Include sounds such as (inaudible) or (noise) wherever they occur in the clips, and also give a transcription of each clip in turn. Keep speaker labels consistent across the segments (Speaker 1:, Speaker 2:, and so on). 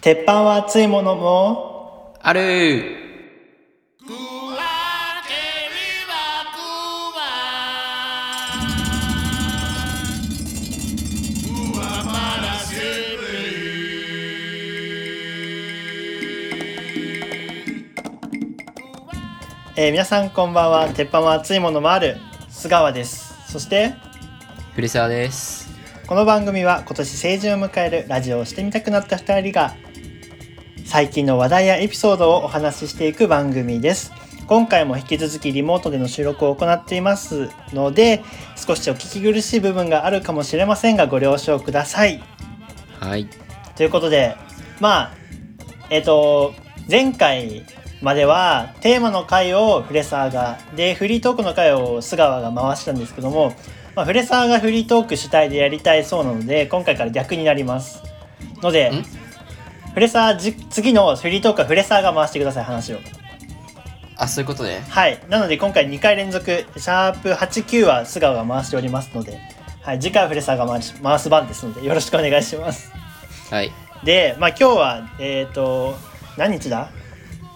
Speaker 1: 鉄板は熱いものも
Speaker 2: ある
Speaker 1: えー皆さんこんばんは鉄板は熱いものもある菅川ですそして
Speaker 2: 古澤です。
Speaker 1: この番組は今年成人を迎えるラジオをしてみたくなった2人が最近の話題やエピソードをお話ししていく番組です今回も引き続きリモートでの収録を行っていますので少しお聞き苦しい部分があるかもしれませんがご了承ください
Speaker 2: はい。
Speaker 1: ということでまあえっ、と前回まではテーマの回をフレサーがでフリートークの回を菅川が回したんですけども、まあ、フレサーがフリートーク主体でやりたいそうなので今回から逆になりますので
Speaker 2: ん
Speaker 1: フレサーじ次のフリートークはフレサーが回してください話を
Speaker 2: あ、そういうことね。
Speaker 1: はいなので今回2回連続シャープ89は菅川が回しておりますので、はい、次回はフレサーが回し回す番ですのでよろしくお願いします
Speaker 2: はい。
Speaker 1: で、まあ、今日は、えっ、と、何日だ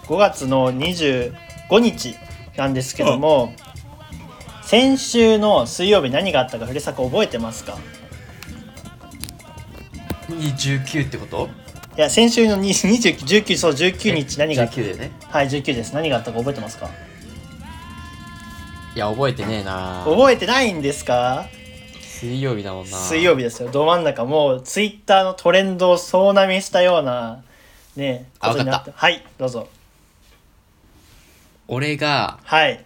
Speaker 1: ?5 月の25日なんですけども、先週の水曜日何があったか、古坂覚えてますか
Speaker 2: 29ってこと
Speaker 1: いや、先週の20 19、そう、19日何があった
Speaker 2: ?19 だよね。
Speaker 1: はい、19です。何があったか覚えてますか
Speaker 2: いや、覚えてねえな
Speaker 1: 覚えてないんですか
Speaker 2: 水曜日だもんな
Speaker 1: 水曜日ですよ。ど真ん中、もう、ツイッターのトレンドを総なめしたような、ね、
Speaker 2: あ
Speaker 1: ことになって。はい、どうぞ。
Speaker 2: 俺が、
Speaker 1: はい、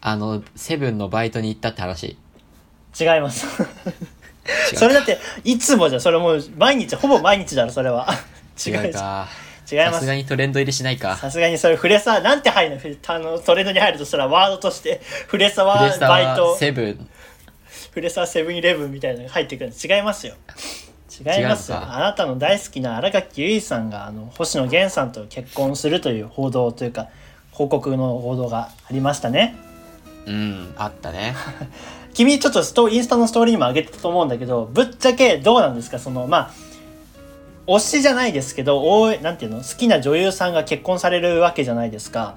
Speaker 2: あの、セブンのバイトに行ったって話。
Speaker 1: (laughs) 違います。
Speaker 2: 違う
Speaker 1: それだっていつもじゃんそれもう毎日ほぼ毎日だろそれは違う
Speaker 2: 違うか。
Speaker 1: (laughs) 違い
Speaker 2: さ
Speaker 1: ますす
Speaker 2: がにトレンド入りしないか。
Speaker 1: さすがにそれフレサなんて入るのフレあのトレンドに入るとしたらワードとしてフレサ
Speaker 2: プレ
Speaker 1: は
Speaker 2: スタ
Speaker 1: バイ
Speaker 2: ー
Speaker 1: ト
Speaker 2: はセブン。
Speaker 1: フレサセブンイレブンみたいなのが入ってくるんです違いますよ違いますよ
Speaker 2: 違うのか
Speaker 1: あなたの大好きな新垣結衣さんがあの星野源さんと結婚するという報道というか報告の報道がありましたね
Speaker 2: うん、あったね。
Speaker 1: 君ちょっとストインスタのストーリーにも上げてたと思うんだけどぶっちゃけどうなんですかそのまあ推しじゃないですけど応援なんていうの好きな女優さんが結婚されるわけじゃないですか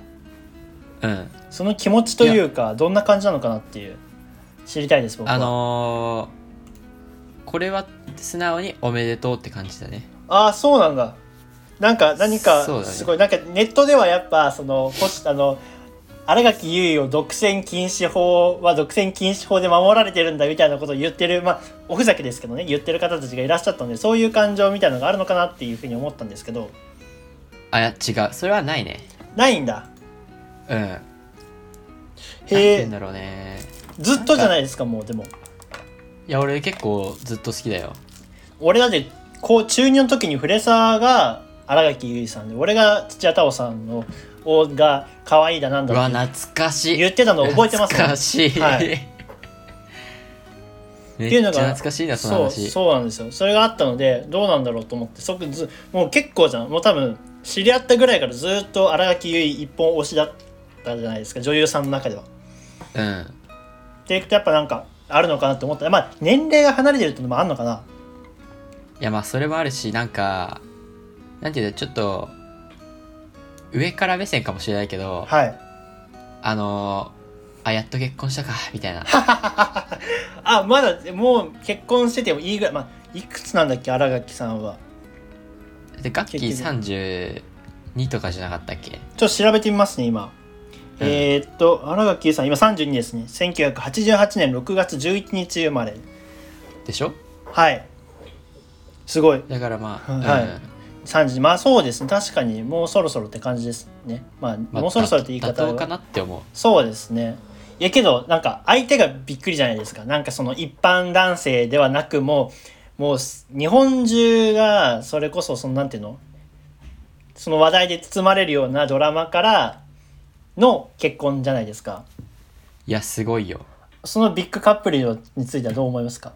Speaker 2: うん。
Speaker 1: その気持ちというかどんな感じなのかなっていう知りたいです僕は
Speaker 2: あのー、これは素直におめでとうって感じだね。
Speaker 1: ああそうなんだなんか何
Speaker 2: そうだ
Speaker 1: か
Speaker 2: ね
Speaker 1: すごい、なんかネットではやっぱそのこしあの新垣結衣を独占禁止法は独占禁止法で守られてるんだみたいなことを言ってるまあおふざけですけどね言ってる方たちがいらっしゃったのでそういう感情みたいなのがあるのかなっていうふうに思ったんですけど
Speaker 2: あ、いや、違う。それはないね。
Speaker 1: ないんだ
Speaker 2: うん。なんて
Speaker 1: へ
Speaker 2: 言うん
Speaker 1: え
Speaker 2: だろうね。
Speaker 1: ずっとじゃないですかもうでも
Speaker 2: いや、俺結構ずっと好きだよ。
Speaker 1: 俺だってこう中二の時にフレサーが新垣結衣さんで俺が土屋太鳳さんのをが可愛いだなん
Speaker 2: う
Speaker 1: だ
Speaker 2: わ、
Speaker 1: って
Speaker 2: 懐かしい。
Speaker 1: 言ってたの覚えてます
Speaker 2: 懐かしい。 (laughs)
Speaker 1: はい
Speaker 2: め
Speaker 1: っていう
Speaker 2: っ
Speaker 1: の
Speaker 2: ち
Speaker 1: が
Speaker 2: ゃ懐かしいな、その
Speaker 1: そう
Speaker 2: 話。
Speaker 1: そうなんですよそれがあったのでどうなんだろうと思って即ずもう結構じゃんもう多分知り合ったぐらいからずっと新垣結衣一本推しだったじゃないですか女優さんの中では。
Speaker 2: うん。
Speaker 1: っていくとやっぱなんかあるのかなって思ったまあ年齢が離れてるってのもあるのかない
Speaker 2: や、まあ、それもあるし、なんか、なんていうの、ちょっと、上から目線かもしれないけど、
Speaker 1: はい
Speaker 2: あのー、あ、やっと結婚したか、みたいな。
Speaker 1: あまだもう結婚しててもいいぐらいまあいくつなんだっけ新垣さんは
Speaker 2: で、ガッキ
Speaker 1: 結
Speaker 2: ー32とかじゃなかったっけ
Speaker 1: ちょっと調べてみますね今、
Speaker 2: うん
Speaker 1: えーっと新垣結衣さん今32ですね1988年6月11日生まれ
Speaker 2: でしょ
Speaker 1: はいすごい
Speaker 2: だからまあ、
Speaker 1: はい
Speaker 2: うん
Speaker 1: 3時まあそうですね確かにもうそろそろって感じですねまあ、
Speaker 2: まあ
Speaker 1: もうそろそろって言い
Speaker 2: 妥
Speaker 1: 方
Speaker 2: 当
Speaker 1: は
Speaker 2: かなって思う。
Speaker 1: そうですねいやけどなんか相手がびっくりじゃないですかなんかその一般男性ではなくもうもうす日本中がそれこそそのなんていうのその話題で包まれるようなドラマからの結婚じゃないですか
Speaker 2: いや、すごいよ。
Speaker 1: そのビッグカップルについてはどう思いますか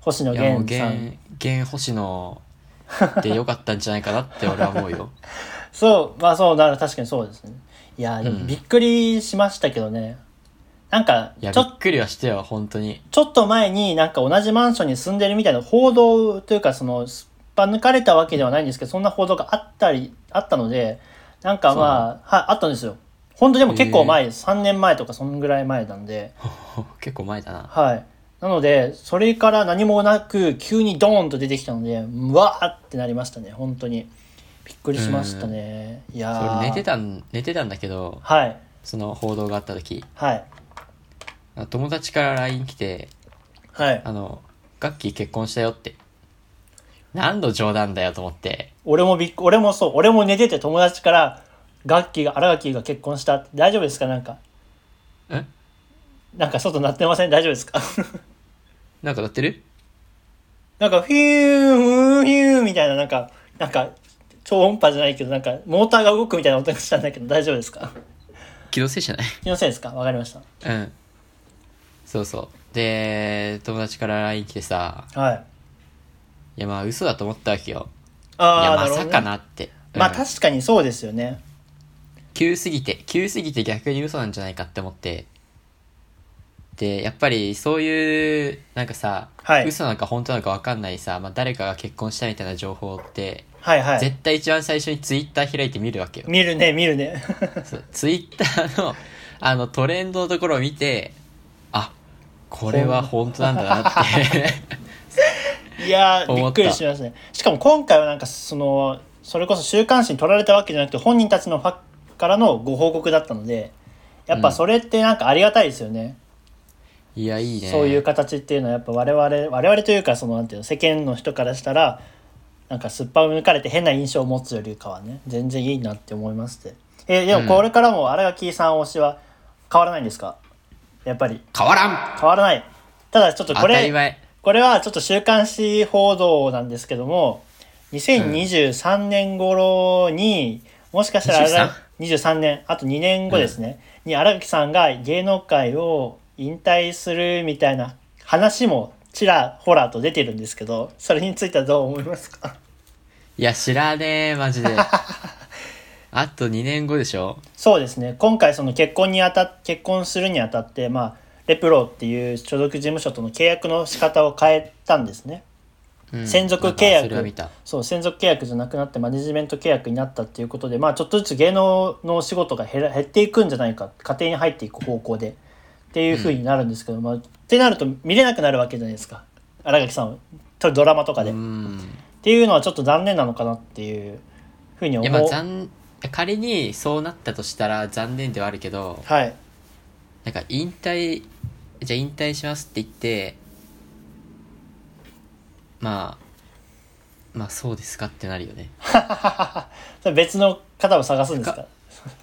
Speaker 1: 星野
Speaker 2: いや、もう、
Speaker 1: 源
Speaker 2: 現
Speaker 1: さん、
Speaker 2: 現星野でよかったんじゃないかなって俺は思う (laughs) よ。
Speaker 1: そうまあそうだから確かにそうですねいやでも
Speaker 2: うん
Speaker 1: びっくりしましたけどね、なんか
Speaker 2: いや、
Speaker 1: ち
Speaker 2: び
Speaker 1: ょ
Speaker 2: っくりはしてよ、本当に。
Speaker 1: ちょっと前になんか同じマンションに住んでるみたいな報道というかそのぱ抜かれたわけではないんですけどそんな報道があったりあったのでなんかまあはいあったんですよ本当でも結構前です、3年前とかそんぐらい前なんで
Speaker 2: 結構前だな。
Speaker 1: はいなのでそれから何もなく急にドーンと出てきたのでうわーってなりましたね本当にびっくりしましたね、いや
Speaker 2: そ
Speaker 1: ー
Speaker 2: れ寝てたん、寝てたんだけど、
Speaker 1: はい
Speaker 2: その報道があった時、
Speaker 1: はい
Speaker 2: あの友達から LINE 来て、
Speaker 1: はい
Speaker 2: あの、ガッキー結婚したよって。何の冗談だよと思って。
Speaker 1: 俺もびっく俺もそう俺も寝てて友達からガッキーが新垣が結婚したって大丈夫ですかなんか
Speaker 2: え
Speaker 1: なんか外鳴ってません大丈夫ですか (laughs)
Speaker 2: なんか鳴ってる
Speaker 1: なんかフィューフィューみたいななんかなんか超音波じゃないけどなんかモーターが動くみたいな音がしたんだけど大丈夫ですか
Speaker 2: 気のせいじゃない
Speaker 1: 気のせいですかわかりました
Speaker 2: (laughs) うん。そうそう。で、友達から LINE 来てさ、
Speaker 1: はい
Speaker 2: いやまあ嘘だと思ったわけよ。い
Speaker 1: あ
Speaker 2: や
Speaker 1: あ
Speaker 2: ま
Speaker 1: なるほど、
Speaker 2: さ
Speaker 1: ね、
Speaker 2: かなって。
Speaker 1: まあ
Speaker 2: うん
Speaker 1: 確かにそうですよね
Speaker 2: 急すぎて、急すぎて逆に嘘なんじゃないかって思って。で、やっぱりそういう、なんかさ、
Speaker 1: はい
Speaker 2: 嘘なのか本当なのかわかんないさ、まあ誰かが結婚したみたいな情報って、
Speaker 1: はいはい
Speaker 2: 絶対一番最初にツイッター開いて見る
Speaker 1: (laughs)
Speaker 2: わけよ。
Speaker 1: 見るね見るね
Speaker 2: そうツイッターの、あのトレンドのところを見て、あ、これは本当なんだなって。
Speaker 1: (laughs) いやーび
Speaker 2: 思
Speaker 1: っ
Speaker 2: っ
Speaker 1: く
Speaker 2: た
Speaker 1: りしましたねしかも今回はなんかそのそれこそ週刊誌に取られたわけじゃなくて本人たちのファからのご報告だったのでやっぱそれってなんかありがたいですよね、
Speaker 2: いや、いいね。
Speaker 1: そういう形っていうのはやっぱ我々我々というかそのなんていうの世間の人からしたらなんかすっぱ抜かれて変な印象を持つよりかはね全然いいなって思いますってえでもこれからも新垣さん推しは変わらないんですかやっぱり
Speaker 2: 変わらん
Speaker 1: 変わらないただちょっと
Speaker 2: 当
Speaker 1: こ
Speaker 2: たり
Speaker 1: れ
Speaker 2: 前。
Speaker 1: これはちょっと週刊誌報道なんですけども2023年頃に、もしかしたら新垣23年あと2年後ですね、に荒木さんが芸能界を引退するみたいな話もちらほらと出てるんですけどそれについてはどう思いますか
Speaker 2: いや、知らねえ、マ
Speaker 1: (laughs)
Speaker 2: ジで。あと2年後でしょ
Speaker 1: そうですね今回その結婚にあた結婚するにあたってまあレプロっていう所属事務所との契約の仕方を変えたんですね。
Speaker 2: うん
Speaker 1: 専属契約
Speaker 2: なんかそれは見た。
Speaker 1: そう専属契約じゃなくなってマネジメント契約になったっていうことで、まあ、ちょっとずつ芸能のお仕事が減ら減っていくんじゃないか家庭に入っていく方向でっていうふうになるんですけど、まあ、ってなると見れなくなるわけじゃないですか新垣さんをとドラマとかで、
Speaker 2: う
Speaker 1: っ
Speaker 2: ん。
Speaker 1: ていうのはちょっと残念なのかなっていうふうに
Speaker 2: い
Speaker 1: 思
Speaker 2: や、まあ、
Speaker 1: う
Speaker 2: 残、仮にそうなったとしたら残念ではあるけど、
Speaker 1: はい (laughs)
Speaker 2: なんか引退、じゃあ引退しますって言って、まあ、まあそうですかってなるよね。
Speaker 1: それ別の方を探すんですか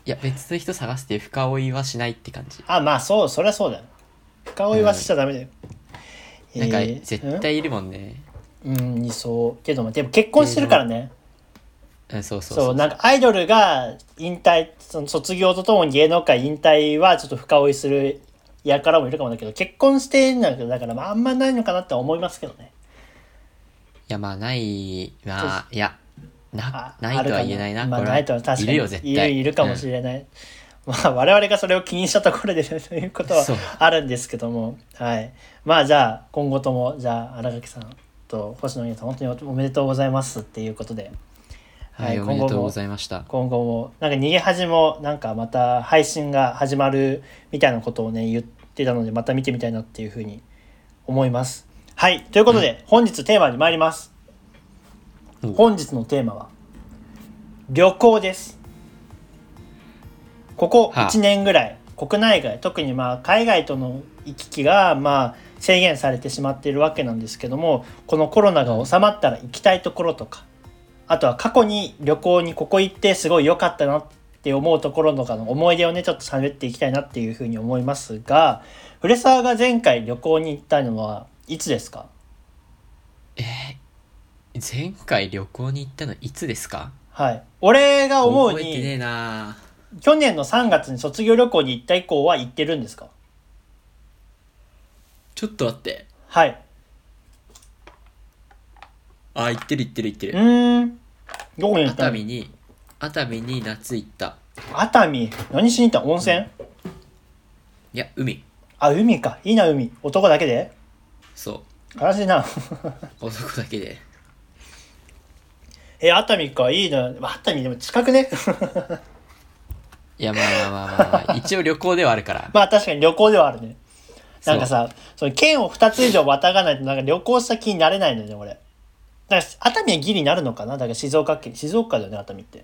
Speaker 2: いや、別の人探して深追いはしないって感じ。
Speaker 1: あまあそうそりゃそうだよ深追いはしちゃダメだよ、
Speaker 2: なんか
Speaker 1: えー
Speaker 2: 絶対いるもんね。
Speaker 1: うん、うんいそうけどまあでも結婚してるからね、
Speaker 2: うん、そうそう
Speaker 1: そう
Speaker 2: そう。
Speaker 1: なんかアイドルが引退その卒業とともに芸能界引退はちょっと深追いするやからもいるかもだけど結婚してんだけどだからまああんまないのかなって思いますけどね
Speaker 2: いや、まあ、ない、まあ、いや、な
Speaker 1: あ、
Speaker 2: ないとは言えないな、
Speaker 1: あるかまあ、
Speaker 2: これは
Speaker 1: ないとは確かに
Speaker 2: いるよ、絶対。
Speaker 1: いるいるかもし
Speaker 2: ない。
Speaker 1: れない、まあ我々がそれを気にしたところでと (laughs) いうことは
Speaker 2: そう
Speaker 1: あるんですけどもはいまあじゃあ今後ともじゃあ新垣さんと星野源さん本当におめでとうございますっていうことで
Speaker 2: は
Speaker 1: はい
Speaker 2: い、おめ
Speaker 1: 今
Speaker 2: で
Speaker 1: 後
Speaker 2: とう
Speaker 1: も
Speaker 2: ございました。
Speaker 1: 今後もなんか逃げ恥もなんかまた配信が始まるみたいなことをね言ってたのでまた見てみたいなっていうふうに思いますはいということで、本日テーマに参ります
Speaker 2: お
Speaker 1: 本日のテーマは旅行ですここ
Speaker 2: はあ
Speaker 1: 1年ぐらい、国内外特にまあ海外との行き来がまあ制限されてしまっているわけなんですけどもこのコロナが収まったら行きたいところとかあとは過去に旅行にここ行ってすごい良かったなって思うところとかの思い出をねちょっと喋っていきたいなっていうふうに思いますが古澤が前回旅行に行ったのはいつですか
Speaker 2: 前回旅行に行ったのいつですか
Speaker 1: はい俺が思う
Speaker 2: 覚えてね
Speaker 1: に
Speaker 2: えな
Speaker 1: 去年の3月に卒業旅行に行った以降は行ってるんですか
Speaker 2: ちょっと待って。
Speaker 1: はい
Speaker 2: あ、行ってる行ってる行って
Speaker 1: う
Speaker 2: る。
Speaker 1: ーんどこに行っ
Speaker 2: 熱
Speaker 1: たの
Speaker 2: 海に、熱海に夏行った。
Speaker 1: 熱海何しに行った温泉、
Speaker 2: いや、海。
Speaker 1: あ海かいいな海男だけで
Speaker 2: そ
Speaker 1: 悲しいな (laughs)
Speaker 2: う。男だけで。
Speaker 1: え、熱海か、いいな。まあ熱海でも近くね。 (laughs)
Speaker 2: いや、まあまあまあまあ、ま
Speaker 1: (laughs)
Speaker 2: あ、一応旅行ではあるから。
Speaker 1: まあ確かに旅行ではあるね。なんか
Speaker 2: そう、
Speaker 1: さ、その県を2つ以上渡らないとなんか旅行した気になれないのよね、俺。だから熱海はギリになるのかなだから静岡県、静岡だよね、熱海って。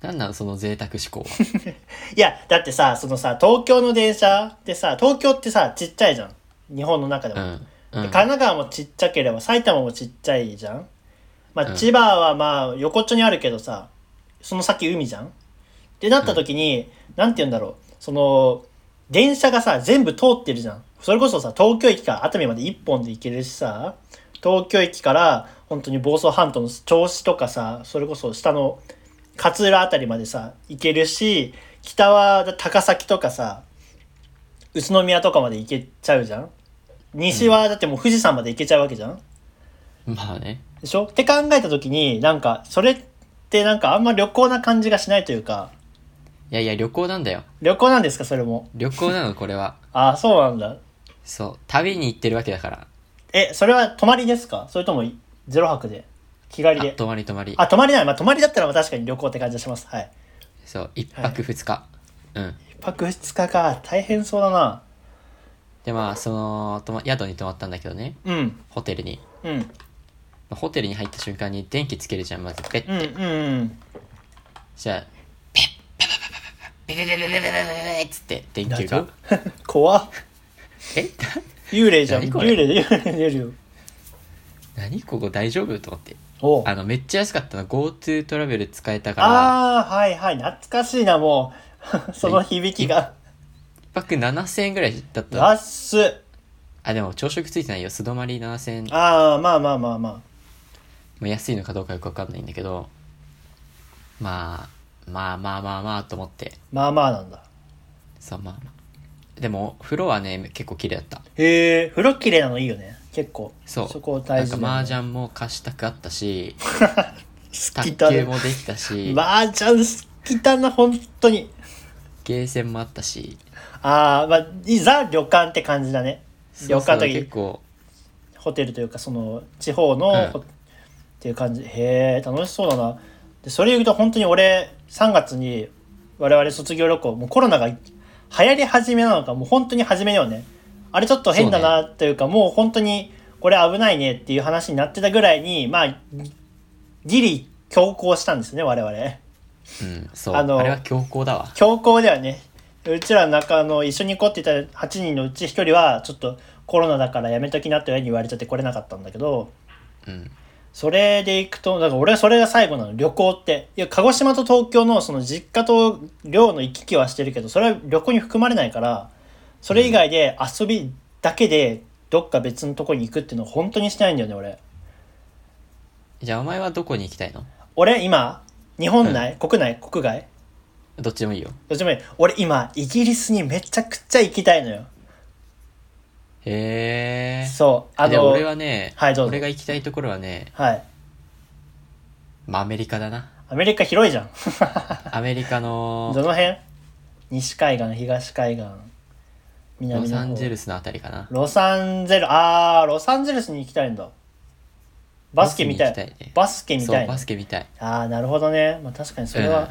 Speaker 2: なんなのその贅沢思考は。
Speaker 1: いや、だってさ、そのさ、東京の電車でさ、東京ってさ、ちっちゃいじゃん。日本の中で
Speaker 2: う
Speaker 1: も。
Speaker 2: ん。
Speaker 1: で
Speaker 2: うん
Speaker 1: 神。奈川もちっちゃければ埼玉もちっちゃいじゃん、ま
Speaker 2: う
Speaker 1: あ、
Speaker 2: ん
Speaker 1: 千葉はまあ横っちょにあるけどさその先海じゃんってなった時に、なんて言うんだろうその電車がさ全部通ってるじゃんそれこそさ東京駅から熱海まで1本で行けるしさ東京駅から本当に房総半島の銚子とかさそれこそ下の勝浦辺りまでさ行けるし北は高崎とかさ宇都宮とかまで行けちゃうじゃん西はだってもう富士山まで行けちゃうわけじゃん
Speaker 2: まあね。
Speaker 1: でしょって考えた時になんかそれってなんかあんま旅行な感じがしないというか
Speaker 2: いやいや、旅行なんだよ。
Speaker 1: 旅行なんですかそれも
Speaker 2: 旅行なの、これは。
Speaker 1: ああそうなんだ
Speaker 2: そう。旅に行ってるわけだから。
Speaker 1: えそれは泊まりですかそれともゼロ泊で日帰り
Speaker 2: あ
Speaker 1: で
Speaker 2: 泊まり泊まり。
Speaker 1: あ泊まりないまあ泊まりだったらまあ確かに旅行って感じがしますはい
Speaker 2: そう。一泊二日。うん。
Speaker 1: 一泊二日か大変そうだな
Speaker 2: で、まあ、その、泊ま宿に泊まったんだけどね。
Speaker 1: うん
Speaker 2: ホテルに。
Speaker 1: うん
Speaker 2: まあホテルに入った瞬間に電気つけるじゃん、まず。ペッ。
Speaker 1: うんうんうん
Speaker 2: じゃあ、ペッ、ペッペッペッペッペッペッペッペッペッペッペッっつって、電球が。
Speaker 1: 怖っ
Speaker 2: え
Speaker 1: 幽霊じゃん
Speaker 2: 何
Speaker 1: 幽
Speaker 2: これ
Speaker 1: 霊で幽霊出るよ
Speaker 2: 何ここ大丈夫と思って。
Speaker 1: おう
Speaker 2: あの、めっちゃ安かったの。GoTo トラベル使えたから、
Speaker 1: ああはいはい懐かしいなもうその響きが
Speaker 2: 一泊7000円ぐらいだったの。
Speaker 1: 安っ
Speaker 2: あ、でも朝食ついてないよ。素泊まり7000円。も
Speaker 1: ああまあまあまあま
Speaker 2: う安いのかどうかよくわかんないんだけど、まあ、まあまあまあまあと思って。
Speaker 1: あまあまあなんだ
Speaker 2: そう、まあまあ。でも、風呂はね、結構綺麗だった。
Speaker 1: へえ風呂綺麗なのいいよね結構
Speaker 2: そう。
Speaker 1: そこ大事
Speaker 2: なん
Speaker 1: だ
Speaker 2: か
Speaker 1: よ
Speaker 2: 麻
Speaker 1: ね
Speaker 2: 雀も貸したくあったし、
Speaker 1: 好
Speaker 2: 卓
Speaker 1: きだ
Speaker 2: 球
Speaker 1: ね
Speaker 2: もできたし、
Speaker 1: 麻雀好きだな本当に
Speaker 2: ゲーセンもあったし、
Speaker 1: ああまあいざ旅館って感じだね旅
Speaker 2: そう
Speaker 1: 館
Speaker 2: そ
Speaker 1: と
Speaker 2: う
Speaker 1: い
Speaker 2: 結
Speaker 1: う
Speaker 2: 構、
Speaker 1: ホテルというかその地方の、
Speaker 2: うん
Speaker 1: ほっていう感じへえ楽しそうだなでそれ言うと本当に俺3月に我々卒業旅行もうコロナが流行り始めなのかもう本当に始めようねあれちょっと変だなというかもう本当にこれ危ないねっていう話になってたぐらいにまあギリ強行したんですね我々
Speaker 2: うん、そう。
Speaker 1: あの
Speaker 2: あれは強行だわ。
Speaker 1: 強行ではねうちらの中の一緒に行こうって言った8人のうち1人はちょっとコロナだからやめときなって親に言われちゃって来れなかったんだけど
Speaker 2: うん。
Speaker 1: それで行くとだから俺はそれが最後なの旅行っていや鹿児島と東京のその実家と寮の行き来はしてるけどそれは旅行に含まれないからそれ以外で遊びだけでどっか別のとこに行くっていうのを本当にしてないんだよね俺
Speaker 2: じゃあお前はどこに行きたいの
Speaker 1: 俺今日本内、国内国外
Speaker 2: どっちでもいいよ。
Speaker 1: どっちでもいい俺今イギリスにめちゃくちゃ行きたいのよ
Speaker 2: へえ。
Speaker 1: そうあ
Speaker 2: で
Speaker 1: の
Speaker 2: 俺はね、
Speaker 1: はいどうぞ
Speaker 2: 俺が行きたいところはね、
Speaker 1: はい
Speaker 2: まあ、アメリカだな。
Speaker 1: アメリカ広いじゃん
Speaker 2: アメリカ
Speaker 1: ど
Speaker 2: の
Speaker 1: の辺西海岸東海岸南の方
Speaker 2: ロサンゼルスのあたりかな。
Speaker 1: ロサンゼル、あー、ロサンゼルスに行きたいんだ。バスケ見た
Speaker 2: バスケに
Speaker 1: い
Speaker 2: 行きたいね。
Speaker 1: バスケ見た
Speaker 2: そ、
Speaker 1: いうな。
Speaker 2: バスケみたい。
Speaker 1: あー、なるほどね。まあ確かにそれは。
Speaker 2: うん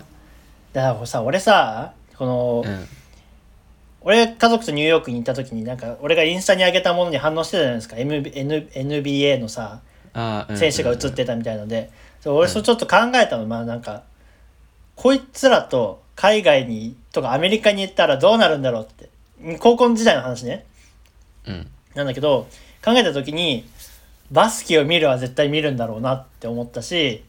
Speaker 1: だからさ、俺さ、この、
Speaker 2: うん。
Speaker 1: 俺家族とニューヨークに行った時になんか俺がインスタに上げたものに反応してたじゃないですか、MB N、NBA のさ
Speaker 2: ああ、うん。
Speaker 1: 選手が映ってたみたいので、そう俺それちょっと考えたの、まあなんかこいつらと海外にとかアメリカに行ったらどうなるんだろうってうん高校時代の話ね
Speaker 2: うん。
Speaker 1: なんだけど考えた時にバスケを見るは絶対見るんだろうなって思ったし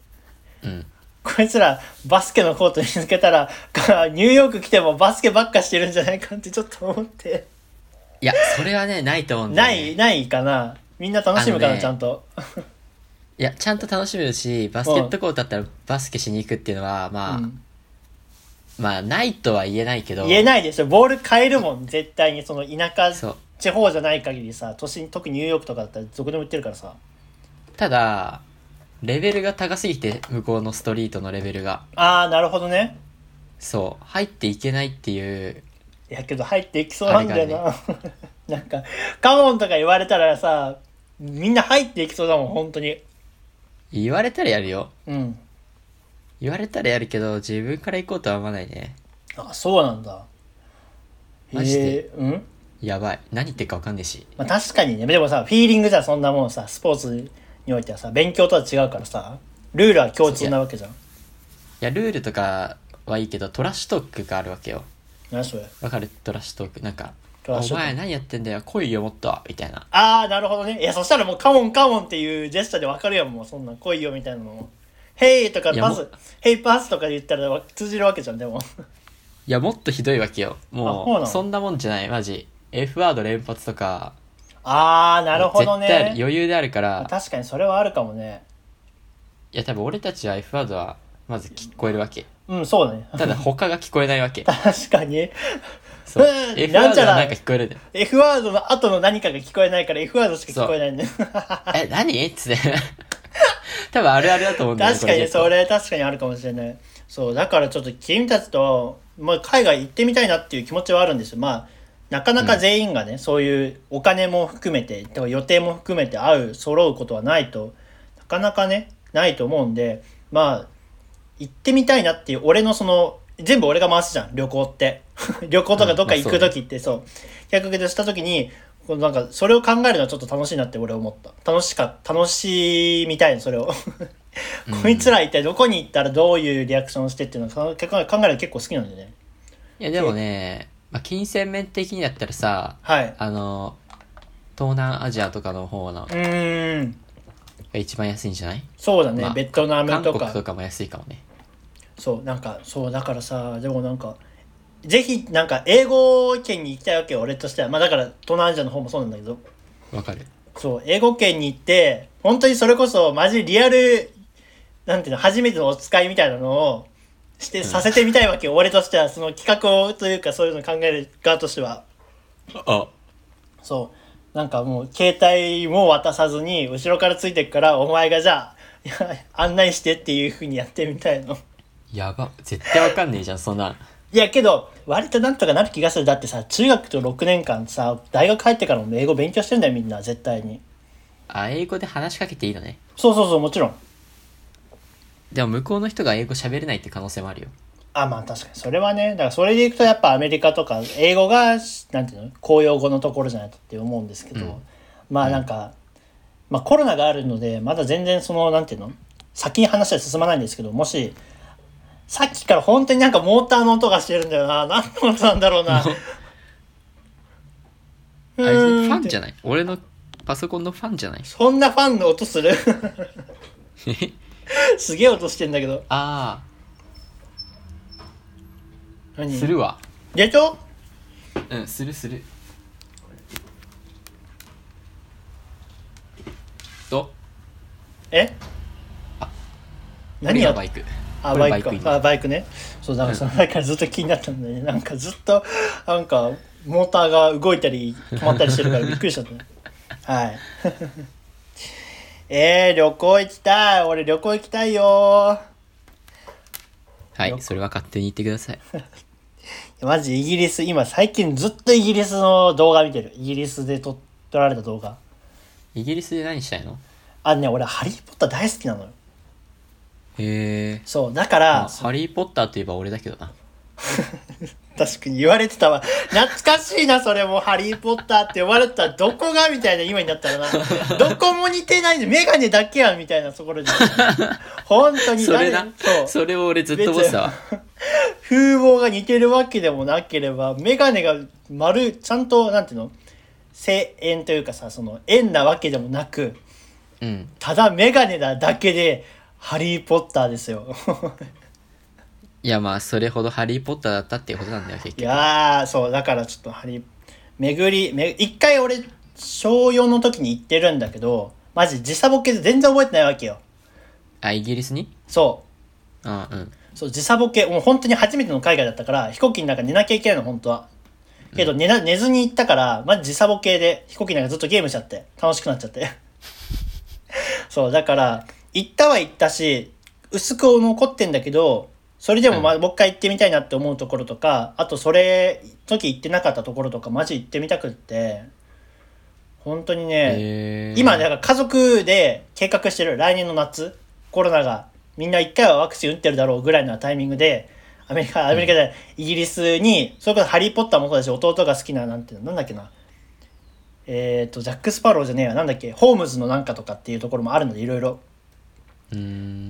Speaker 2: うん。
Speaker 1: こいつらバスケのコートにつけたら (laughs) かニューヨーク来てもバスケばっかしてるんじゃないかってちょっと思って
Speaker 2: いや、それはね、ないと思うんだ
Speaker 1: な
Speaker 2: よ、ね。
Speaker 1: いないかなみんな楽しむかな、
Speaker 2: あのね
Speaker 1: ちゃんと
Speaker 2: いや、ちゃんと楽しめるし、バスケットコートだったらバスケしに行くっていうのは、まあ、
Speaker 1: うん
Speaker 2: まあ、ないとは言えないけど、
Speaker 1: 言えないでしょボール変えるも
Speaker 2: (laughs)
Speaker 1: ん絶対にその田舎
Speaker 2: そう。
Speaker 1: 地方じゃない限りさ都心特にニューヨークとかだったらどこでも売ってるからさ
Speaker 2: ただ、レベルが高すぎて、向こうのストリートのレベルが。
Speaker 1: ああなるほどね
Speaker 2: そう。入っていけないっていう、
Speaker 1: いやけど入っていきそうなんだよ
Speaker 2: あ
Speaker 1: な、 (laughs) なんかカモンとか言われたらさみんな入っていきそうだもん本当に
Speaker 2: 言われたらやるよ。
Speaker 1: うん
Speaker 2: 言われたらやるけど自分から行こうとは思わないね
Speaker 1: あそうなんだ
Speaker 2: マジで
Speaker 1: えーうん
Speaker 2: やばい何言ってるか分かんねえし
Speaker 1: まあ、確かにねでもさフィーリングじゃそんなもんさスポーツにおいてはさ勉強とは違うからさルールは共通なわけじゃん
Speaker 2: いやルールとかはいいけどトラッシュトークがあるわけよ
Speaker 1: 何それ
Speaker 2: わかるトラッシュトークなんか「
Speaker 1: トラッ
Speaker 2: お
Speaker 1: シュトーク
Speaker 2: 前何やってんだよ来いよもっと」みたいな
Speaker 1: ああなるほどねいやそしたらもうカモンカモンっていうジェスチャーでわかるやんもうそんなん来いよみたいなのもヘイとか
Speaker 2: いや
Speaker 1: パ
Speaker 2: も
Speaker 1: ス
Speaker 2: う
Speaker 1: ヘイパスとか言ったらわ通じるわけじゃんでも
Speaker 2: いやもっとひどいわけよ
Speaker 1: あそうな
Speaker 2: もう
Speaker 1: の
Speaker 2: そんなもんじゃないマジ F ワード連発とか
Speaker 1: ああなるほど
Speaker 2: 絶対ある
Speaker 1: ね
Speaker 2: 余裕であるから
Speaker 1: 確かにそれはあるかもね
Speaker 2: いや多分俺たちは F ワードはまず聞こえるわけ
Speaker 1: うんそうだね (laughs)
Speaker 2: ただ他が聞こえないわけ
Speaker 1: 確かに
Speaker 2: そう
Speaker 1: うん
Speaker 2: F ワ
Speaker 1: なん
Speaker 2: ー
Speaker 1: ち
Speaker 2: ド
Speaker 1: ゃ
Speaker 2: は
Speaker 1: ら
Speaker 2: なんか聞こえるで
Speaker 1: F ワードの後の何かが聞こえないから F ワードしか聞こえないね
Speaker 2: 「え何?」っ (laughs) つって多分あるあるだと思うんだよね
Speaker 1: 確かに
Speaker 2: こ
Speaker 1: そ
Speaker 2: れ
Speaker 1: れ確かにあるかもしれないそうだからちょっと君たちと、まあ、海外行ってみたいなっていう気持ちはあるんですよまあなかなか全員がね、そういうお金も含めてとか予定も含めて会う揃うことはないとなかなかねないと思うんでまあ行ってみたいなっていう俺のその全部俺が回すじゃん旅行って (laughs) 旅行とかどっか行く時って、そう客受けした時にこのなんかそれを考えるのはちょっと楽しいなって俺思った楽しか楽しみたいなそれをこいつら一体どこに行ったらどういうリアクションしてっていうのを考え考えるの結構好きなんでね
Speaker 2: いやでもね、まあ、金銭面的にだったらさ
Speaker 1: はい
Speaker 2: あの東南アジアとかの方の
Speaker 1: うーん
Speaker 2: が一番安いんじゃない
Speaker 1: そうだね、
Speaker 2: まあ
Speaker 1: ベトナム
Speaker 2: 韓
Speaker 1: と
Speaker 2: 国
Speaker 1: か
Speaker 2: とかも安いかもね
Speaker 1: そうなんかそうだからさでもなんかぜひなんか英語圏に行きたいわけよ俺としてはまあだから東南アジアの方もそうなんだけど
Speaker 2: わかる
Speaker 1: そう英語圏に行って本当にそれこそマジリアルなんていうの初めてのお使いみたいなのをして、させてみたいわけよ俺としてはその企画をというかそういうのを考える側としては
Speaker 2: あ
Speaker 1: そうなんかもう携帯も渡さずに後ろからついてくからお前がじゃあいや案内してっていうふうにやってみたいの
Speaker 2: やば絶対わかんねえじゃんそんなん
Speaker 1: いやけど割となんとかなる気がするだってさ中学と6年間さ大学帰ってからも英語勉強してんだよみんな絶対に
Speaker 2: あ英語で話しかけていいのね
Speaker 1: そうそうそうもちろん
Speaker 2: でも向こうの人が英語喋れないって可能性もあるよ
Speaker 1: あまあ確かにそれはねだからそれでいくとやっぱアメリカとか英語がなんていうの公用語のところじゃないとって思うんですけど、
Speaker 2: うん
Speaker 1: まあなんか、まあ、コロナがあるのでまだ全然そのなんていうの先に話は進まないんですけどもしさっきから本当になんかモーターの音がしてるんだよな何の音なんだろう
Speaker 2: (laughs)
Speaker 1: な。
Speaker 2: あ
Speaker 1: う
Speaker 2: れ
Speaker 1: ーんって
Speaker 2: ファンじゃない俺のパソコンのファンじゃない
Speaker 1: そんなファンの音
Speaker 2: (laughs)
Speaker 1: するすげえ音してんだけど。
Speaker 2: ああ
Speaker 1: 何
Speaker 2: するわ
Speaker 1: でしょ
Speaker 2: うんするすると
Speaker 1: え何や
Speaker 2: これがバイク
Speaker 1: あ
Speaker 2: これ
Speaker 1: バイク
Speaker 2: バイク
Speaker 1: かあバイクねそうだからその前からずっと気になったんだよねなんかずっとなんかモーターが動いたり止まったりしてるからびっくりしちゃったねはい (laughs) えー、旅行行きたい俺旅行行きたいよ
Speaker 2: は
Speaker 1: よ
Speaker 2: い
Speaker 1: く
Speaker 2: それは勝手に言ってくだ
Speaker 1: (laughs)
Speaker 2: さい
Speaker 1: マジイギリス今最近ずっとイギリスの動画見てるイギリスで撮撮られた動画
Speaker 2: イギリスで何したいの
Speaker 1: あのね俺ハリー・ポッター大好きなのよ
Speaker 2: へえ
Speaker 1: そうだから、
Speaker 2: ハリー・ポッターといえば俺だけどな
Speaker 1: 確かに言われてたわ懐かしいなそれも「ハリー・ポッター」って呼ばれてたらどこがみたいな今になったらな
Speaker 2: (laughs)
Speaker 1: どこも似てないで眼鏡だけやんみたいなところで本当に
Speaker 2: それな
Speaker 1: そう
Speaker 2: (laughs) それを俺ずっと思ってたわ
Speaker 1: 風貌が似てるわけでもなければ眼鏡が丸ちゃんとなんていうの正円というかさその円なわけでもなく
Speaker 2: うん
Speaker 1: ただ眼鏡なだけで「ハリー・ポッター」ですよ
Speaker 2: いやまあそれほどハリー・ポッターだったっていうことなんだよ結
Speaker 1: い
Speaker 2: 局
Speaker 1: やーそうだからちょっとハリ巡りめ一回俺小4の時に行ってるんだけどマジ時差ボケで全然覚えてないわけよ
Speaker 2: あイギリスに
Speaker 1: そ
Speaker 2: あうん
Speaker 1: うそう時差ボケもう本当に初めての海外だったから飛行機の中寝なきゃいけないの本当はけど寝な寝ずに行ったからマジ時差ボケで飛行機の中ずっとゲームしちゃって楽しくなっちゃって (laughs) そうだから行ったは行ったし薄く残ってんだけどそれでもまあもう一回行ってみたいなって思うところとか、あとそれ時行ってなかったところとかマジ行ってみたくって本当にね、
Speaker 2: へえ
Speaker 1: 今だから家族で計画してる来年の夏コロナがみんな1回はワクチン打ってるだろうぐらいのタイミングでアメリカアメリカでイギリスにそれこそ「ハリー・ポッター」もそうだし弟が好きななんてなんだっけなえっ、とジャック・スパローじゃねえやなんだっけホームズのなんかとかっていうところもあるのでいろいろ
Speaker 2: うー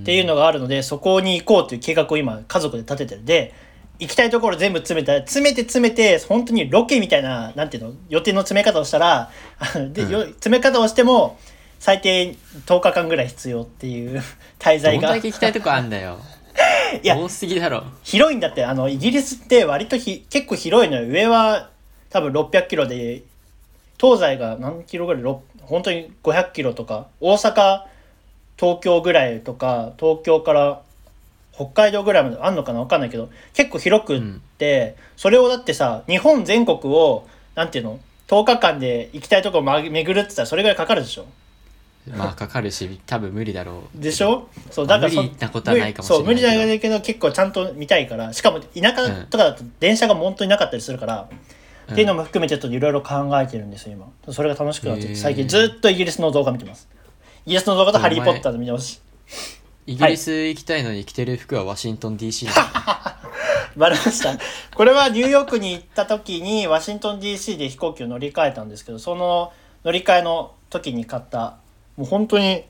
Speaker 2: ん
Speaker 1: っていうのがあるのでそこに行こうという計画を今家族で立ててるで行きたいところ全部詰めたら詰めて詰めて本当にロケみたいななんていうの予定の詰め方をしたらあので、
Speaker 2: うん
Speaker 1: よ詰め方をしても最低10日間ぐらい必要っていう (laughs) 滞在
Speaker 2: どん
Speaker 1: が
Speaker 2: だけ行きたいとこあんだよ
Speaker 1: (laughs) いや
Speaker 2: 多すぎだろ
Speaker 1: 広いんだってあのイギリスって割とひ結構広いのよ上は多分600キロで東西が何キロぐらいろ本当に500キロとか大阪東京ぐらいとか東京から北海道ぐらいまであんのかな分かんないけど結構広くって、それをだってさ日本全国をなんていうの10日間で行きたいとこま巡るって言ったらそれぐらいかかるでしょ
Speaker 2: まあかかるし多分無理だろう
Speaker 1: でしょそうだからそ
Speaker 2: 無理なことはないかもしれない
Speaker 1: 無理そう無理
Speaker 2: けど
Speaker 1: だけど結構ちゃんと見たいからしかも田舎とかだと電車が本当になかったりするから、
Speaker 2: うん
Speaker 1: っていうのも含めてちょっといろいろ考えてるんですよ今それが楽しくなって
Speaker 2: へー
Speaker 1: 最近ずっとイギリスの動画見てますイギリスの動画と「ハリー・ポッター」の見直し
Speaker 2: イギリス行きたいのに着てる服はワシントン DC だ
Speaker 1: バレましたこれはニューヨークに行った時にワシントン DC で飛行機を乗り換えたんですけどその乗り換えの時に買ったもう本当に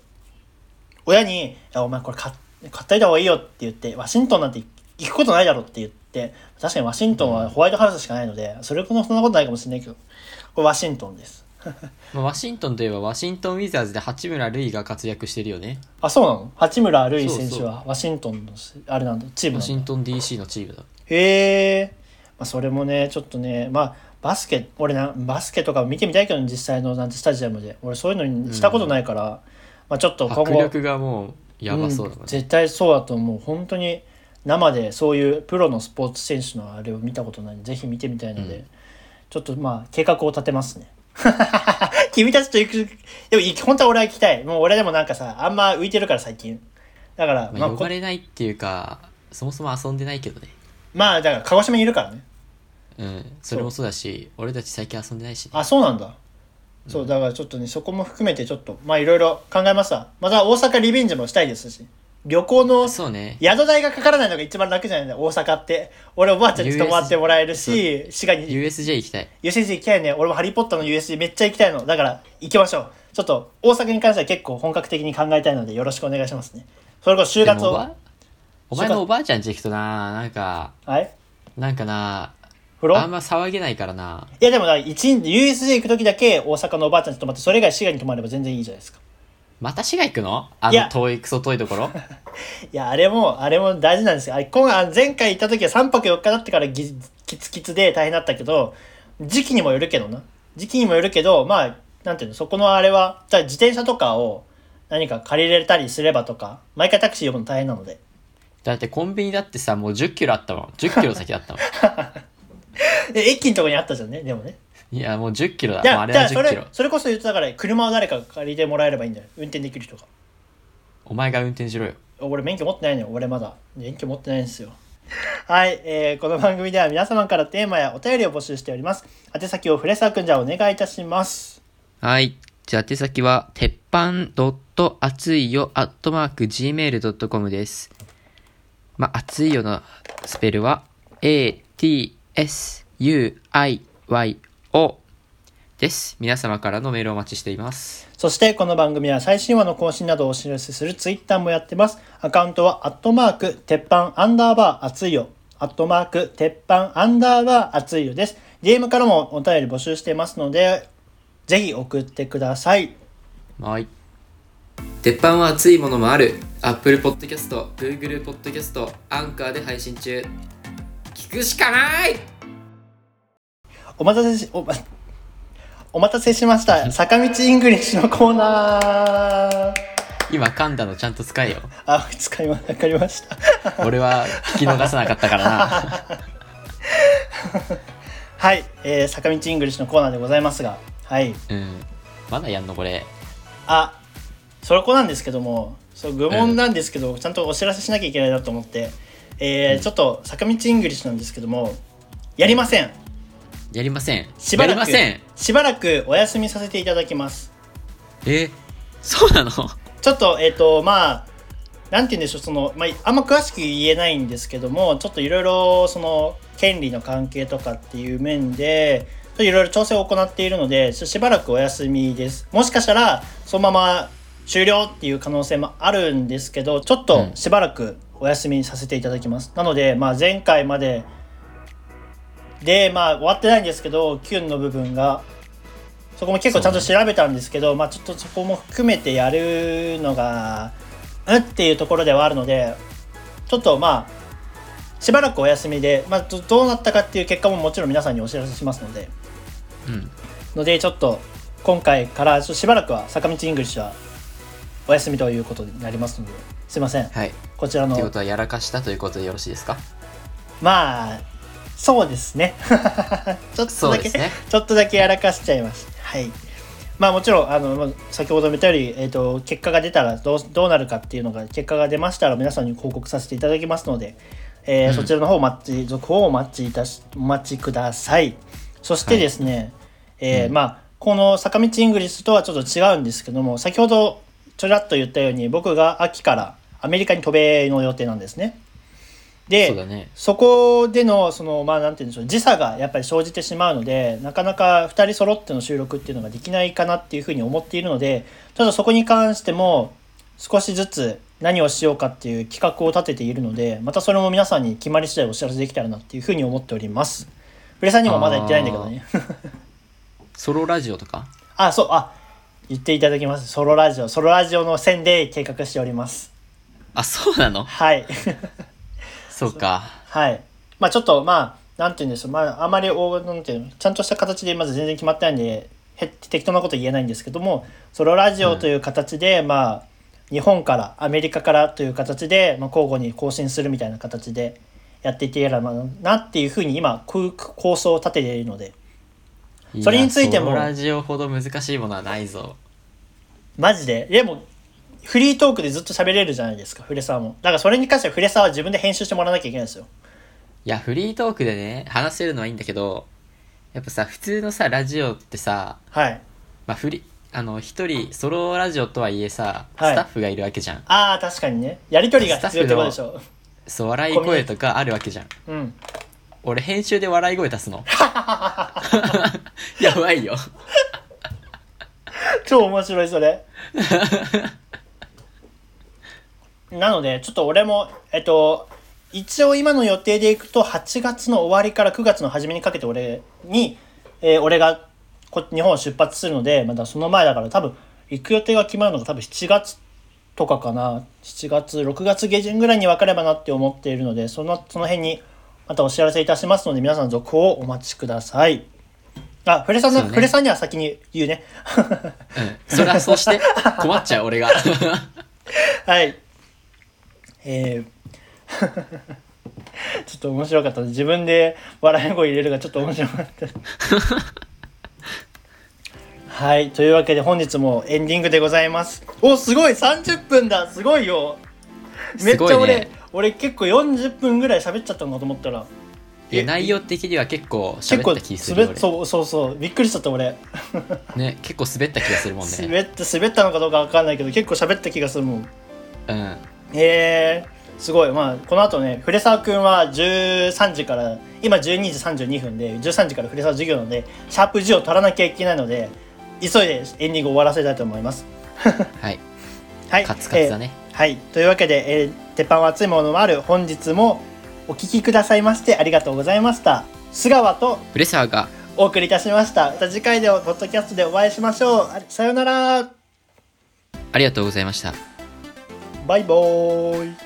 Speaker 1: 親にいや「お前これ買っ買っといた方がいいよ」って言って「ワシントンなんて行くことないだろ」って言って確かにワシントンはホワイトハウスしかないのでそれこそそんなことないかもしれないけどこれワシントンです
Speaker 2: (laughs) まあワシントンといえばワシントンウィザーズで八村塁が活躍してるよね
Speaker 1: あそうなの八村塁選
Speaker 2: そう
Speaker 1: 手
Speaker 2: そう
Speaker 1: はワシントンのしあれなんだチーム
Speaker 2: ワ
Speaker 1: なんだ
Speaker 2: シントン DC のチームだ
Speaker 1: へえ、まあ、それもねちょっとねまあバスケ俺なバスケとか見てみたいけど実際のなんてスタジアムで俺そういうのにしたことないから、まあちょっと今
Speaker 2: 迫
Speaker 1: 後
Speaker 2: 力がもうやばそうだもん
Speaker 1: ん
Speaker 2: ね、
Speaker 1: 絶対そうだと思う本当に生でそういうプロのスポーツ選手のあれを見たことないんでぜひ見てみたいので、
Speaker 2: うん
Speaker 1: ちょっとまあ計画を立てますね (laughs) 君たちと行くでもい本当は俺は行きたいもう俺でもなんかさあんま浮いてるから最近だから
Speaker 2: ま
Speaker 1: ま
Speaker 2: あ、
Speaker 1: あ、
Speaker 2: 呼
Speaker 1: こ
Speaker 2: ばれないっていうかそもそも遊んでないけどね
Speaker 1: まあだから鹿児島にいるからね
Speaker 2: うんそれもそうだし俺たち最近遊んでないし、ね、
Speaker 1: あそうなんだそう、だからちょっとねそこも含めてちょっとまあいろいろ考えますわまた大阪リベンジもしたいですし旅行の宿
Speaker 2: そうね
Speaker 1: 代がかからないのが一番楽じゃないんだ大阪って俺おばあちゃんに泊まってもらえるし滋賀に
Speaker 2: USJ 行きたい
Speaker 1: USJ 行きたいね俺も「ハリー・ポッター」の USJ めっちゃ行きたいのだから行きましょうちょっと大阪に関しては結構本格的に考えたいのでよろしくお願いしますねそれこそ就
Speaker 2: で
Speaker 1: 活
Speaker 2: もお
Speaker 1: を
Speaker 2: ばお前のおばあちゃんち行くとななんか
Speaker 1: はい
Speaker 2: なんかな
Speaker 1: 風呂
Speaker 2: あんま騒げないからない
Speaker 1: やでもな一日 USJ 行く時だけ大阪のおばあちゃんに泊まってそれ以外滋賀に泊まれば全然いいじゃないですか
Speaker 2: また滋賀行くのあ
Speaker 1: いや
Speaker 2: の遠いクソ遠いところ
Speaker 1: いや、あれも、あれも大事なんですよ。あれ今あ前回行った時は3泊4日だってからぎキツキツで大変だったけど、時期にもよるけどな。時期にもよるけど、まあ、なんていうの、そこのあれは、じゃあ自転車とかを何か借りれたりすればとか、毎回タクシー呼ぶの大変なので。
Speaker 2: だってコンビニだってさもう1 0キロあったもん1 0キロ先だったも
Speaker 1: (laughs)
Speaker 2: ん
Speaker 1: で、駅のとこにあったじゃんね、でもね。
Speaker 2: いやもう1 0キロだ
Speaker 1: じ
Speaker 2: もう
Speaker 1: ゃ
Speaker 2: あ
Speaker 1: あ、
Speaker 2: れ
Speaker 1: じゃ
Speaker 2: は
Speaker 1: あそ
Speaker 2: 1 0キ
Speaker 1: れ
Speaker 2: ロ、
Speaker 1: それこそ言ってたから、車を誰か借りてもらえればいいんじゃない運転できる人が。
Speaker 2: お前が運転しろよ
Speaker 1: 俺免許持ってないのよ俺まだ免許持ってないんですよはい、えーこの番組では皆様からテーマやお便りを募集しております宛先をフレサーくんじゃお願いいたします
Speaker 2: はい。じゃあ、手先は、鉄板ドット熱いよ、アットマーク、gmail.com です。まあ、熱いよのスペルは、a, t, s, u, i, y, o です。皆様からのメールをお待ちしています。
Speaker 1: そしてこの番組は最新話の更新などをお知らせするツイッターもやってますアカウントはアットマーク鉄板アンダーバー熱いよアットマーク鉄板アンダーバー熱いよです DM からもお便り募集してますのでぜひ送ってください
Speaker 2: はい。鉄板は熱いものもある。Apple Podcast、Google Podcast、アンカーで配信中。聞くしかない
Speaker 1: お待たせし、お、お待たせしま
Speaker 2: (laughs)
Speaker 1: した。坂道イングリッシュのコーナー。
Speaker 2: 今噛んだのちゃんと使えよ。
Speaker 1: あ、使いま、わかりました。 (laughs)
Speaker 2: 俺は聞き逃さなかったからな。 (laughs)
Speaker 1: はい、えー、坂道イングリッシュのコーナーでございますが、はい。
Speaker 2: うん。まだやんのこれ。
Speaker 1: あ、そこなんですけども、そう愚問なんですけど、ちゃんとお知らせしなきゃいけないなと思って、えーちょっと坂道イングリッシュなんですけども、やりません。
Speaker 2: やりません。
Speaker 1: しばら
Speaker 2: やりま
Speaker 1: く、
Speaker 2: せん。
Speaker 1: しばらくお休みさせていただきます。
Speaker 2: え、そうなの
Speaker 1: ちょっと、えっ、と、まあ、なんて言うんでしょうその、まあ、あんま詳しく言えないんですけどもちょっといろいろその権利の関係とかっていう面でいろいろ調整を行っているのでししばらくお休みですもしかしたらそのまま終了っていう可能性もあるんですけどちょっとしばらくお休みにさせていただきます、なので、まあ、前回まででまあ終わってないんですけどキュンの部分がそこも結構ちゃんと調べたんですけど、まあちょっとそこも含めてやるのがうんっていうところではあるのでちょっとまあしばらくお休みで、まあ、どどうなったかっていう結果ももちろん皆さんにお知らせしますので
Speaker 2: うん。
Speaker 1: のでちょっと今回からちょっとしばらくは坂道イングリッシュはお休みということになりますのですいません
Speaker 2: はい。
Speaker 1: こちら
Speaker 2: という
Speaker 1: の
Speaker 2: ことは、やらかしたということでよろしいですか
Speaker 1: まあそうですね (laughs) ちょっと
Speaker 2: そう
Speaker 1: だ
Speaker 2: で
Speaker 1: け
Speaker 2: すね。
Speaker 1: ちょっとだけやらかしちゃいました。はい。まあもちろん、あの、まあ先ほども言ったより、えっ、と、結果が出たらどう、どうなるかっていうのが、結果が出ましたら皆さんに報告させていただきますので、えー
Speaker 2: うん
Speaker 1: そちらの方、待ち、続報をお待ちいたし、お待ちください。そしてですね、えー
Speaker 2: うん
Speaker 1: まあ、この坂道イングリッシュとはちょっと違うんですけども、先ほどちょらっと言ったように、僕が秋からアメリカに渡米の予定なんですね。で、
Speaker 2: そうだね。
Speaker 1: そこでのそのまあなんて言うんでしょう時差がやっぱり生じてしまうのでなかなか2人揃っての収録っていうのができないかなっていうふうに思っているのでちょっとそこに関しても少しずつ何をしようかっていう企画を立てているのでまたそれも皆さんに決まり次第お知らせできたらなっていうふうに思っておりますプレさんにもまだ言ってないんだけどね
Speaker 2: ソロラジオとか
Speaker 1: (laughs) あそうあ言っていただきますソロラジオソロラジオの宣伝計画しております
Speaker 2: あ、そうなの
Speaker 1: はい
Speaker 2: そうか。
Speaker 1: はい。まあちょっとまあ、なんて言うんですまああまり大、なんていうの、ちゃんとした形でまず全然決まってないんで、へ適当なこと言えないんですけども、ソロラジオという形で、まあ、日本からアメリカからという形で、まあ、交互に更新するみたいな形でやっていければなっていうふうに今こう構想を立てているので
Speaker 2: いや
Speaker 1: それについても
Speaker 2: ソロラジオほど難しいものはないぞ。
Speaker 1: マジででもフリートークでずっと喋れるじゃないですかフレサーもだからそれに関してはフレサーは自分で編集してもらわなきゃいけないんですよ
Speaker 2: いや、フリートークでね、話せるのはいいんだけど、やっぱさ、普通のさ、ラジオってさ、
Speaker 1: はい
Speaker 2: まあ、フリ、あの、一人、ソロラジオとはいえさ、
Speaker 1: はい
Speaker 2: スタッフがいるわけじゃん。
Speaker 1: ああ確かにねやり取りが必要ってことでしょ
Speaker 2: そう、笑い声とかあるわけじゃん。
Speaker 1: うん
Speaker 2: 俺、編集で笑い声出
Speaker 1: (laughs)
Speaker 2: すの。やばいよ。
Speaker 1: (laughs) 超面白いそれなのでちょっと俺もえっと一応今の予定でいくと8月の終わりから9月の初めにかけて俺に、えー俺がこ日本を出発するのでまだその前だから多分行く予定が決まるのが多分7月とかかな7月6月下旬ぐらいに分かればなって思っているのでそのその辺にまたお知らせいたしますので皆さん続報をお待ちくださいあフレさん、
Speaker 2: そ
Speaker 1: ね、
Speaker 2: うね
Speaker 1: フレさんには先に言うね
Speaker 2: うん。それはそうして、困っちゃう、俺が。
Speaker 1: はい。えー (laughs) ちょっと面白かった。自分で笑い声入れるがちょっと面白か
Speaker 2: (laughs)
Speaker 1: った。はい。というわけで本日もエンディングでございます。お、すごい !30 分だすごいよめっちゃ
Speaker 2: すごい
Speaker 1: 俺、
Speaker 2: ね
Speaker 1: 俺結構40分ぐらい喋っちゃったのかと思ったら、
Speaker 2: いや内容的には結構
Speaker 1: 結
Speaker 2: 喋
Speaker 1: 構
Speaker 2: った気するよ
Speaker 1: 滑っそうそうそう、びっくりしちゃった俺。
Speaker 2: 俺ね結構滑った気がするもんね
Speaker 1: 滑って、滑ったのかどうかわかんないけど、結構喋った気がするもん。
Speaker 2: うん
Speaker 1: へえすごいまあこの後ね古澤君は13時から今12時32分で13時から古澤授業なのでシャープ10を取らなきゃいけないので急いでエンディングを終わらせたいと思います
Speaker 2: はい
Speaker 1: はい
Speaker 2: カツカツだね、
Speaker 1: えーはいというわけで、えー鉄板は熱いものもある本日もお聞きくださいましてありがとうございました須川と
Speaker 2: ブレサーが
Speaker 1: お送りいたしましたまた次回でポッドキャストでお会いしましょうあさようなら
Speaker 2: ありがとうございました
Speaker 1: バイバーイ